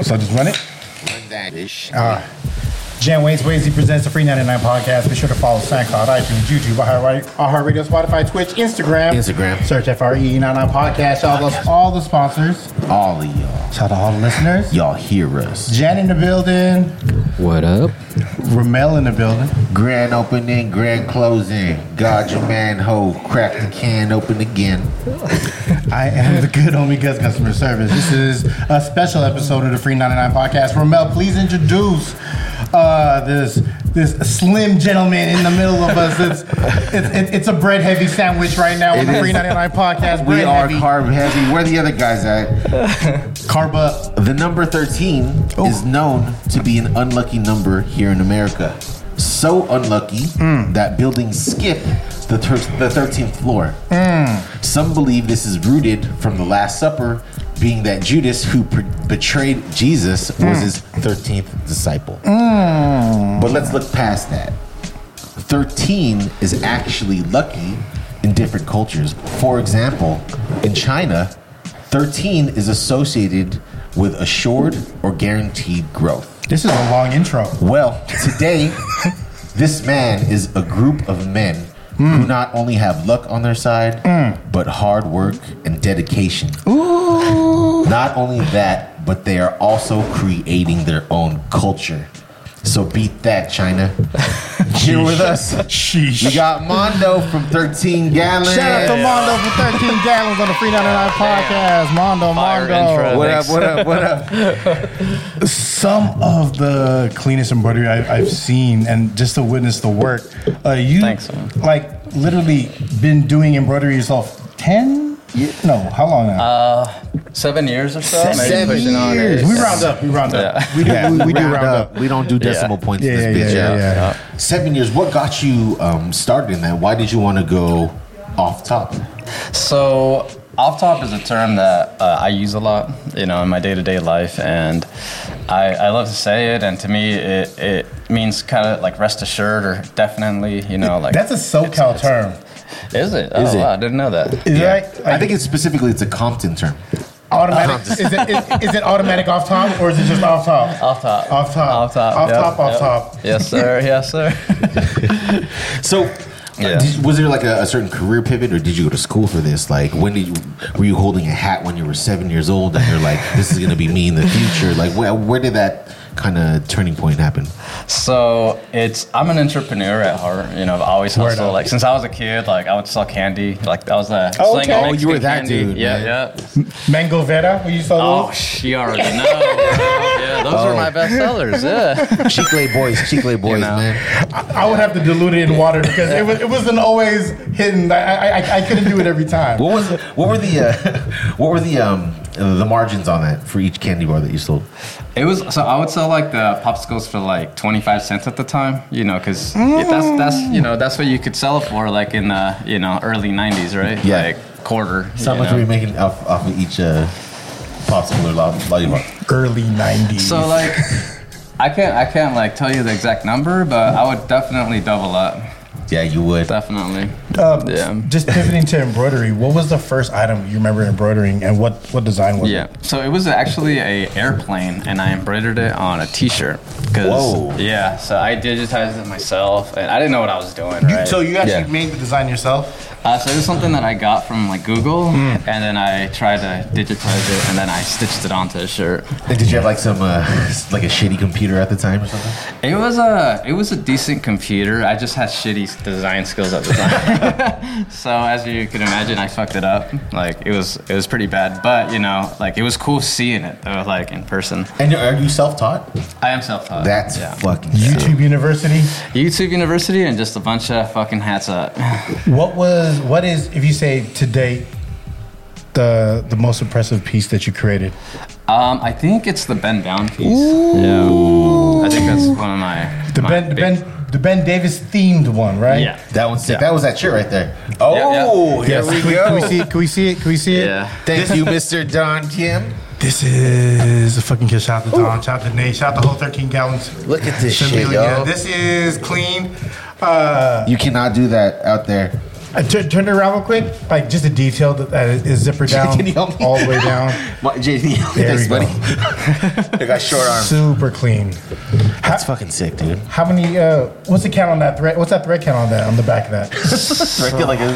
So just run it. That is. All right. Jan Wayne's Wazy presents the Free 99 podcast. Be sure to follow SoundCloud, iTunes, YouTube, iHeartRadio, iHeartRadio, Spotify, Twitch, Instagram. Instagram. Search FRE99 podcast. All those, all the sponsors. All of y'all. Shout out to all the listeners. Y'all hear us. Jan in the building. What up? Ramel in the building. Grand opening, grand closing. God your man ho. Crack the can open again. I am the good homie Gus customer service. This is a special episode of the Free 99 podcast. Ramel, please introduce uh, this this slim gentleman in the middle of us. It's it's, it's a bread heavy sandwich right now on It the is. Free 99 podcast. We Bread are heavy. carb heavy. Where the other guys at? carb up. The number 13 is known to be an unlucky number here in America. So unlucky that buildings skip the, ter- the 13th floor. Some believe this is rooted from the Last Supper, being that Judas, who pre- betrayed Jesus, was his 13th disciple. But let's look past that. 13 is actually lucky in different cultures. For example, in China, 13 is associated with assured or guaranteed growth. This is a long intro. Well, today, this man is a group of men who not only have luck on their side, but hard work and dedication. Not only that, but they are also creating their own culture. So beat that, China. Here with us. Sheesh. We got Mondo from 13 Gallon. Shout out to Mondo for 13 gallons on the Free 99 podcast. Mondo, Fire Mondo. intro. What up, what up, what up? some of the cleanest embroidery I, I've seen, and just to witness the work, uh, you Thanks, man. like literally been doing embroidery yourself ten? No, how long now? Seven years or so. maybe Uh, seven pushing on years. it. we round up. We round up. We do. Yeah, we, we do round, up. We don't do decimal points Yeah, in yeah, this bitch. yeah, out. yeah, yeah. Seven years. What got you um, started in that? Why did you want to go off top? So, off top is a term that uh, I use a lot, you know, in my day to day life, and I, I love to say it. And to me, it, it means kind of like rest assured, or definitely, you know, like That's a SoCal term. is it? Is oh, it? wow, I didn't know that. Is Yeah. it like, like I think it's specifically it's a Compton term. automatic. is, it, is, is it automatic off top or is it just off top? Uh, Off top. Off top. Off top. Off yep, top. Off yep. top. Yes, sir. Yes, sir. So, Yeah. did, was there like a, a certain career pivot, or did you go to school for this? Like, when did you were you holding a hat when you were seven years old, and you're like, this is gonna be me in the future? Like, where, where did that kind of turning point happen? So it's I'm an entrepreneur at heart. You know, I've always Word hustled. up. Like since I was a kid, like I would sell candy. Like that was the Oh, sling okay. of Oh, you Mexican were that candy. dude, Yeah, man. yeah. Mango Veda. When you saw Oh, those? sh- you already know. bro. yeah, those were my best sellers. Yeah. Chicle boys, Chicle boys, know. man. I would have to dilute it in water because it, was, it wasn't always hidden. I, I, I- I couldn't do it every time. What was what were the uh, what were the um the margins on that for each candy bar that you sold? It was so I would sell like the popsicles for like 25 cents at the time, you know, cuz that's that's you know, that's what you could sell it for like in the, you know, early 90s, right? Yeah. Like quarter. So how you much know? were you making off, off of each uh, popsicle or lo- lollipop? early 90s. So like I can't I can't like tell you the exact number, but I would definitely double up. Yeah, you would. Definitely. Um, Yeah. Just pivoting to embroidery, what was the first item you remember embroidering and what, what design was Yeah. it? So it was actually a airplane, and I embroidered it on a T-shirt. 'cause- Whoa. Yeah. So I digitized it myself, and I didn't know what I was doing. Right. you actually Yeah. made the design yourself? uh, so it was something that I got from like Google, Mm. and then I tried to digitize it, and then I stitched it onto a shirt. And did you have like some uh, like a shitty computer at the time or something? It was a it was a decent computer. I just had shitty design skills at the time. so as you can imagine, I fucked it up. Like it was it was pretty bad, but you know, like it was cool seeing it though, like in person. And are you self-taught? I am self-taught. That's yeah. fucking sick. YouTube University. YouTube University and just a bunch of fucking hats up. What was, what is, if you say today, the the most impressive piece that you created? Um, I think it's the bend down piece. Yeah, I think that's one of my The my Ben, the big- ben, the ben Davis themed one, right? Yeah. That one's sick. Yeah. That was that shit right there. yeah. Oh, Yes. here Can we we, go. can we see it? Can we see it? Can we see it? Yeah. Thank you, Mr. Don Kim. This is a fucking kid. Shout out to Don. Shout out to Nate. Shout out to whole 13 gallons. Look at this shit, Chameleon. y'all. This is clean. Uh, You cannot do that out there. I tur- turned Uh, it around real quick, like just a detail that that is zipper down Can you help me? all the way down. My, There JD, thanks, we go. buddy. I got short arms. Super clean. That's fucking sick, dude. How many? Uh, what's the count on that thread? What's that thread count on that on the back of that? Right there, like, a,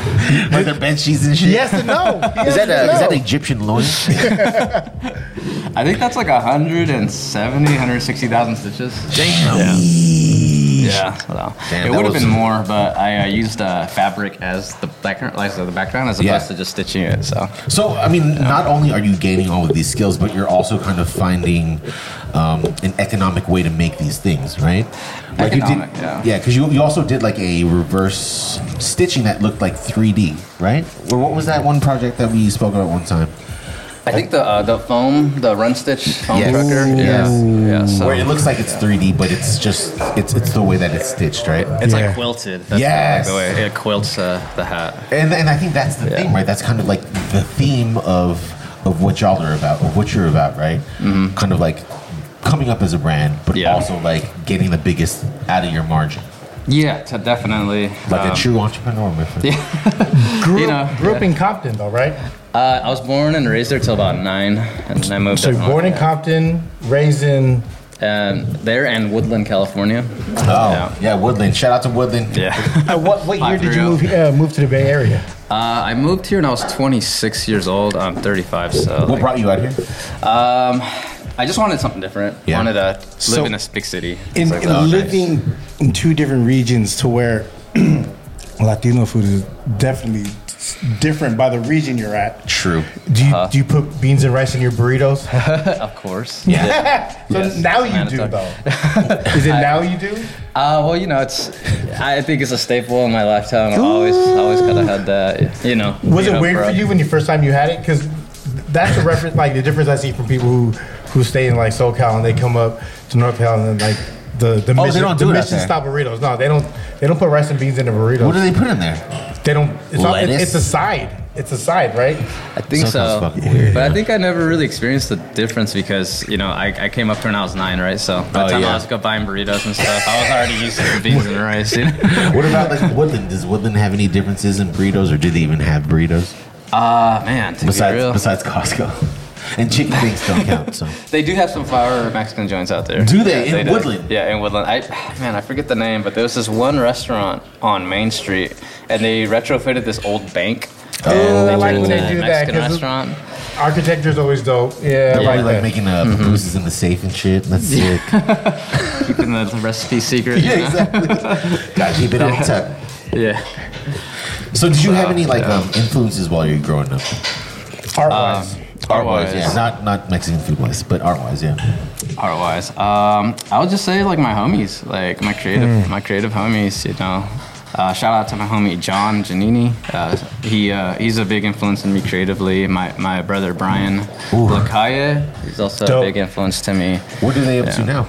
like their bed sheets and shit. yes and no. Is Yes that a, and is that no. Egyptian loin? I think that's like 170, 160,000 stitches. Damn. Yeah, so Damn, it that would have was- been more, but I uh, used uh, fabric as the background, like as the background, as opposed Yeah. to just stitching it. So So, I mean, not only are you gaining all of these skills, but you're also kind of finding um, an economic way to make these things, right? Economic, you did, yeah. Yeah, because you, you also did like a reverse stitching that looked like 3D, right? Or what was that one project that we spoke about one time? I think the uh, the foam, the run stitch foam Yes. trucker, Ooh. yeah, yeah. So Where it looks like it's 3D, but it's just, it's, it's the way that it's stitched, right? it's Yeah. like quilted. That's Yes. the way it quilts uh, the hat. And, and I think that's the Yeah. thing, right? That's kind of like the theme of of what y'all are about, of what you're about, right? Kind of like coming up as a brand, but Mm-hmm. Yeah. also like getting the biggest out of your margin, Yeah, to definitely. like um, a true entrepreneur. my friend. Grew, you know, grew up in Compton though, right? uh, I was born and raised there till about nine, and then I moved. So up you're north, born in yeah. Compton, raised in. um, there and Woodland, California. Oh Yeah. yeah. Woodland. Shout out to Woodland. Yeah. Uh, what what year Five did year you old. move uh, move to the Bay Area? Uh, I moved here when I was 26 years old. I'm 35, so What like, brought you out here? um, I just wanted something different. Yeah. Wanted to live So- in a big city. in, It's like, in oh, nice. living in two different regions to where Latino food is definitely different by the region you're at. Uh-huh. True. Do you do you put beans and rice in your burritos? of course. so Yes. now you Man, do it's though. Is it now you do? Uh, well, you know, it's. I think it's a staple in my lifetime. I always, always kind of had that. You know. Was you it know, weird for bro. you when you first time you had it? Because that's a reference, like the difference I see from people who who stay in like SoCal and they come up to North Cal and then like the the Oh, they mission, don't the do it out mission there. style burritos. No, they don't. They don't put rice and beans in the burritos. What do they put in there? they don't. It's, all, it's, Lettuce? it's a side. It's a side, right? I think Something's so. fucking weird. But I think I never really experienced the difference because you know I, I came up here when I was nine, right? So by Oh, the time yeah. I was go buying burritos and stuff, I was already used to the beans and rice. You know? What about like Woodland? Does Woodland have any differences in burritos, or do they even have burritos Ah, man. To be real, besides besides Costco? And chicken wings don't count. So they do have some flour Mexican joints out there. Do they? In do. Woodland? Yeah, in Woodland. I man, I forget the name, but there was this one restaurant on Main Street, and they retrofitted this old bank. Oh, and I like turned when it they into a do that, Mexican 'cause it's- restaurant. Architecture's always dope. Yeah, I Probably like, like that. making uh, Mm-hmm. papooses in the safe and shit. That's sick. Keeping the the recipe secret. you know? exactly. Gotta keep it on tap. Yeah. So, did you have any like um, influences while you were growing up? art wise. Art-wise. yeah. Not not Mexican food wise, but art wise, yeah. Art wise, um, I would just say like my homies, like my creative, Hmm. my creative homies. You know, uh, shout out to my homie John Janini. Uh, he uh, he's a big influence in me creatively. My my brother Brian Lacaille, he's also Dope. a big influence to me. What are they up to now?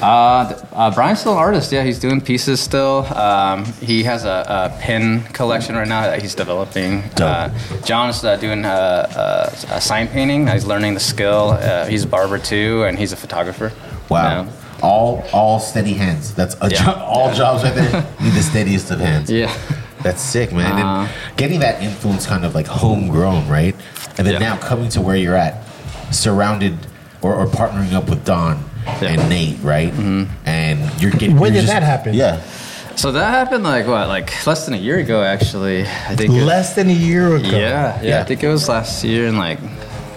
Uh, th- uh, Brian's still an artist. Yeah, he's doing pieces still. Um, he has a, a pin collection right now that he's developing. Dope. Uh, John's uh, doing uh, uh, a sign painting. He's learning the skill. Uh, he's a barber too, and he's a photographer. Wow. Yeah. All all steady hands. That's a Yeah. job, all jobs right there. Need the steadiest of hands. Yeah. Uh-huh. That's sick, man. and getting that influence kind of like homegrown, right? And then Yeah. now coming to where you're at, surrounded or, or partnering up with Don Yeah. Mm-hmm. and Nate, right? And you're getting. When you're did that happen? Yeah. So that happened like what, like less than a year ago, actually. I think. it- Less than a year ago. yeah, yeah, Yeah. I think it was last year in like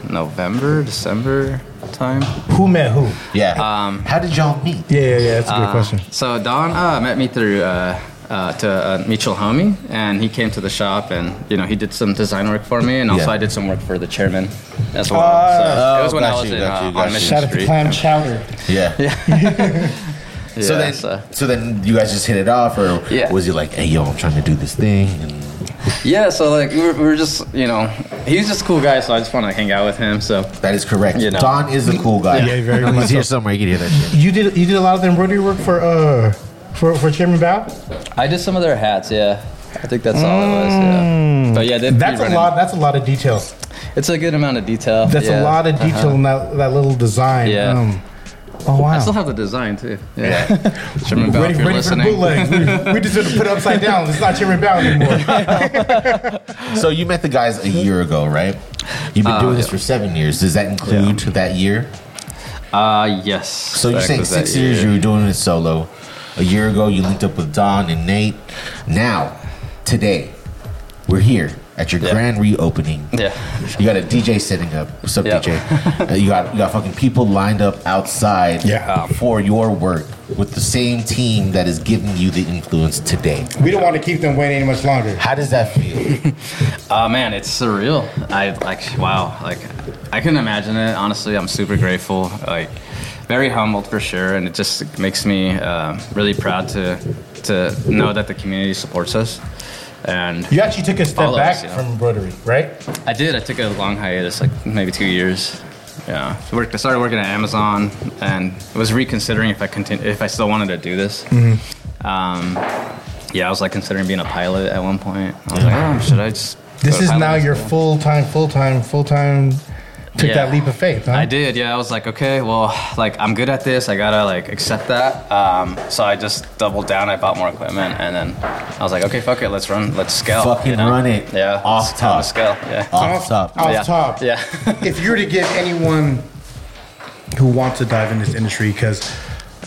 November, December time. Who met who? Yeah. Um, How did y'all meet? Yeah, yeah, yeah. That's a good Uh, question. So Don uh, met me through. Uh, uh, to a mutual homie, and he came to the shop, and you know he did some design work for me, and also Yeah. I did some work for the chairman as well. Ah. so it Oh, was when got I was you, in, got uh, you, got on you. Mission Shout out to Street. Clam Chowder. Yeah. Yeah, So then, so- so. then you guys just hit it off, or Yeah. was he like, "Hey, yo, I'm trying to do this thing"? And yeah, so like we were, we were just, you know, he's just a cool guy, so I just want to hang out with him. So that is correct. You know. Don is a cool guy. Yeah, very much He's here somewhere. You can hear that shit. You did you did a lot of the embroidery work for uh for for Chairman Bow. I did some of their hats, yeah. I think that's all it was, yeah. But yeah, they'd be Mm. That's a running- lot. That's a lot of detail. It's a good amount of detail. That's a yeah. lot of detail in that, that little design. Yeah. Um, Oh I still wow. have the design too. Yeah. Sherman Bell, Ready, ready if you're for the listening. bootlegs. We, we deserve to put it upside down. It's not Jimmy Bound anymore. So you met the guys a year ago, right? You've been doing this for seven years. Does that include that year? Uh, yes. So you're That saying was that six years you year. were doing it solo. A year ago, you linked up with Don and Nate. Now, today, we're here at your Yeah. grand reopening. Yeah. You got a DJ setting up. What's up, Yeah. DJ? Uh, you got you got fucking people lined up outside Yeah. for your work with the same team that is giving you the influence today. we don't want to keep them waiting any much longer. How does that feel? Oh man, it's surreal. I like wow, like I couldn't imagine it. Honestly, I'm super grateful. Like very humbled for sure, and it just makes me uh, really proud to to know that the community supports us. And You actually took a step Follow back us, yeah. from embroidery, right? I did. I took a long hiatus, like maybe two years. Yeah, So worked, I started working at Amazon, and was reconsidering if I continue, if I still wanted to do this. Mm-hmm. Um, yeah, I was like considering being a pilot at one point. I was like, oh, should I just? go This to is piloting now your school?" full time, full time, full time. Took Yeah. that leap of faith, huh? I did, yeah. I was like, okay, well, like I'm good at this. I gotta like accept that. Um, so I just doubled down. I bought more equipment, and then I was like, okay, fuck it, let's run, let's scale. Fucking run it. Yeah, Off let's have a top. scale. Yeah. Off top. Off yeah. top. Yeah. If you were to give anyone who wants to dive in this industry, because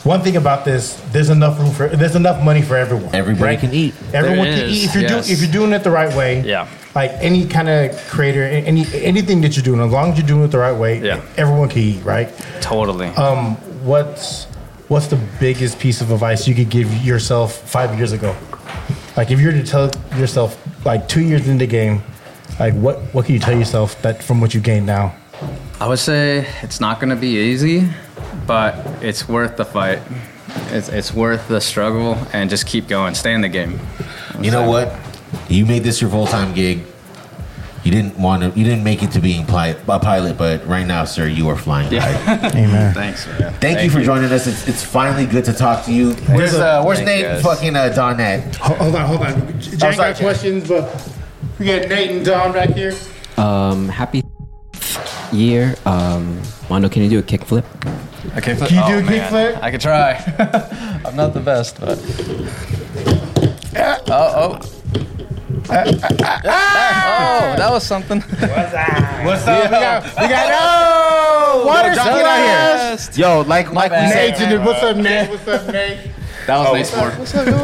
one thing about this, there's enough room for, there's enough money for everyone. Everybody right? can eat. Everyone There can is, eat if you're yes. doing if you're doing it the right way. Yeah. Like any kind of creator, any anything that you're doing, as long as you're doing it the right way, Yeah. everyone can eat, right? totally. Um, what's what's the biggest piece of advice you could give yourself five years ago? Like if you were to tell yourself like two years into the game, like what what can you tell yourself that from what you gained now? I would say it's not going to be easy, but it's worth the fight. It's, it's worth the struggle and just keep going. Stay in the game. You know what? You made this your full time gig. You didn't want to. You didn't make it to being pli- a pilot, but right now, sir, you are flying. high. Amen. Thanks, man. Thank, you for joining us. It's, it's finally good to talk to you. Where's uh, Where's Thank Nate? you, and guys. Fucking uh, Donette. Hold on, hold on. Jack got sorry, Jack. questions, but we got Nate and Don back here. Um, happy year. Um, Wando, can you do a kickflip? Okay, flip. Can you do a kickflip? man. I could try. I'm not the best, but. Uh, Oh, oh. oh, that was something. What's uh, ah! up? We got, we got oh, water Don out here. splash. Yo, like like we Nate, said, in it. what's up, Nate? What's up, Nate? That was nice work. What's happening?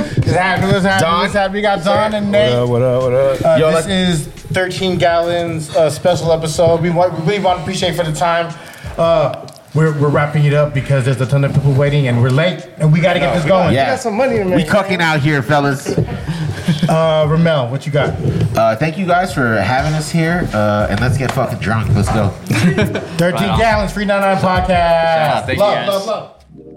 What's happening? Don? What's happening? We got Don and Nate. What up? What up? Uh, Yo, this is 13 gallons uh, special episode. We want, we really want to appreciate for the time. Uh, we're, we're wrapping it up because there's a ton of people waiting and we're late and we got to get this going. Yeah. We got some money to we cooking out here, fellas. Uh, Ramel, what you got? Uh, thank you guys for having us here, uh, and let's get fucking drunk. Let's go. 13 Right on. gallons, 399 podcast. out. Thank you, love, guys. love, love.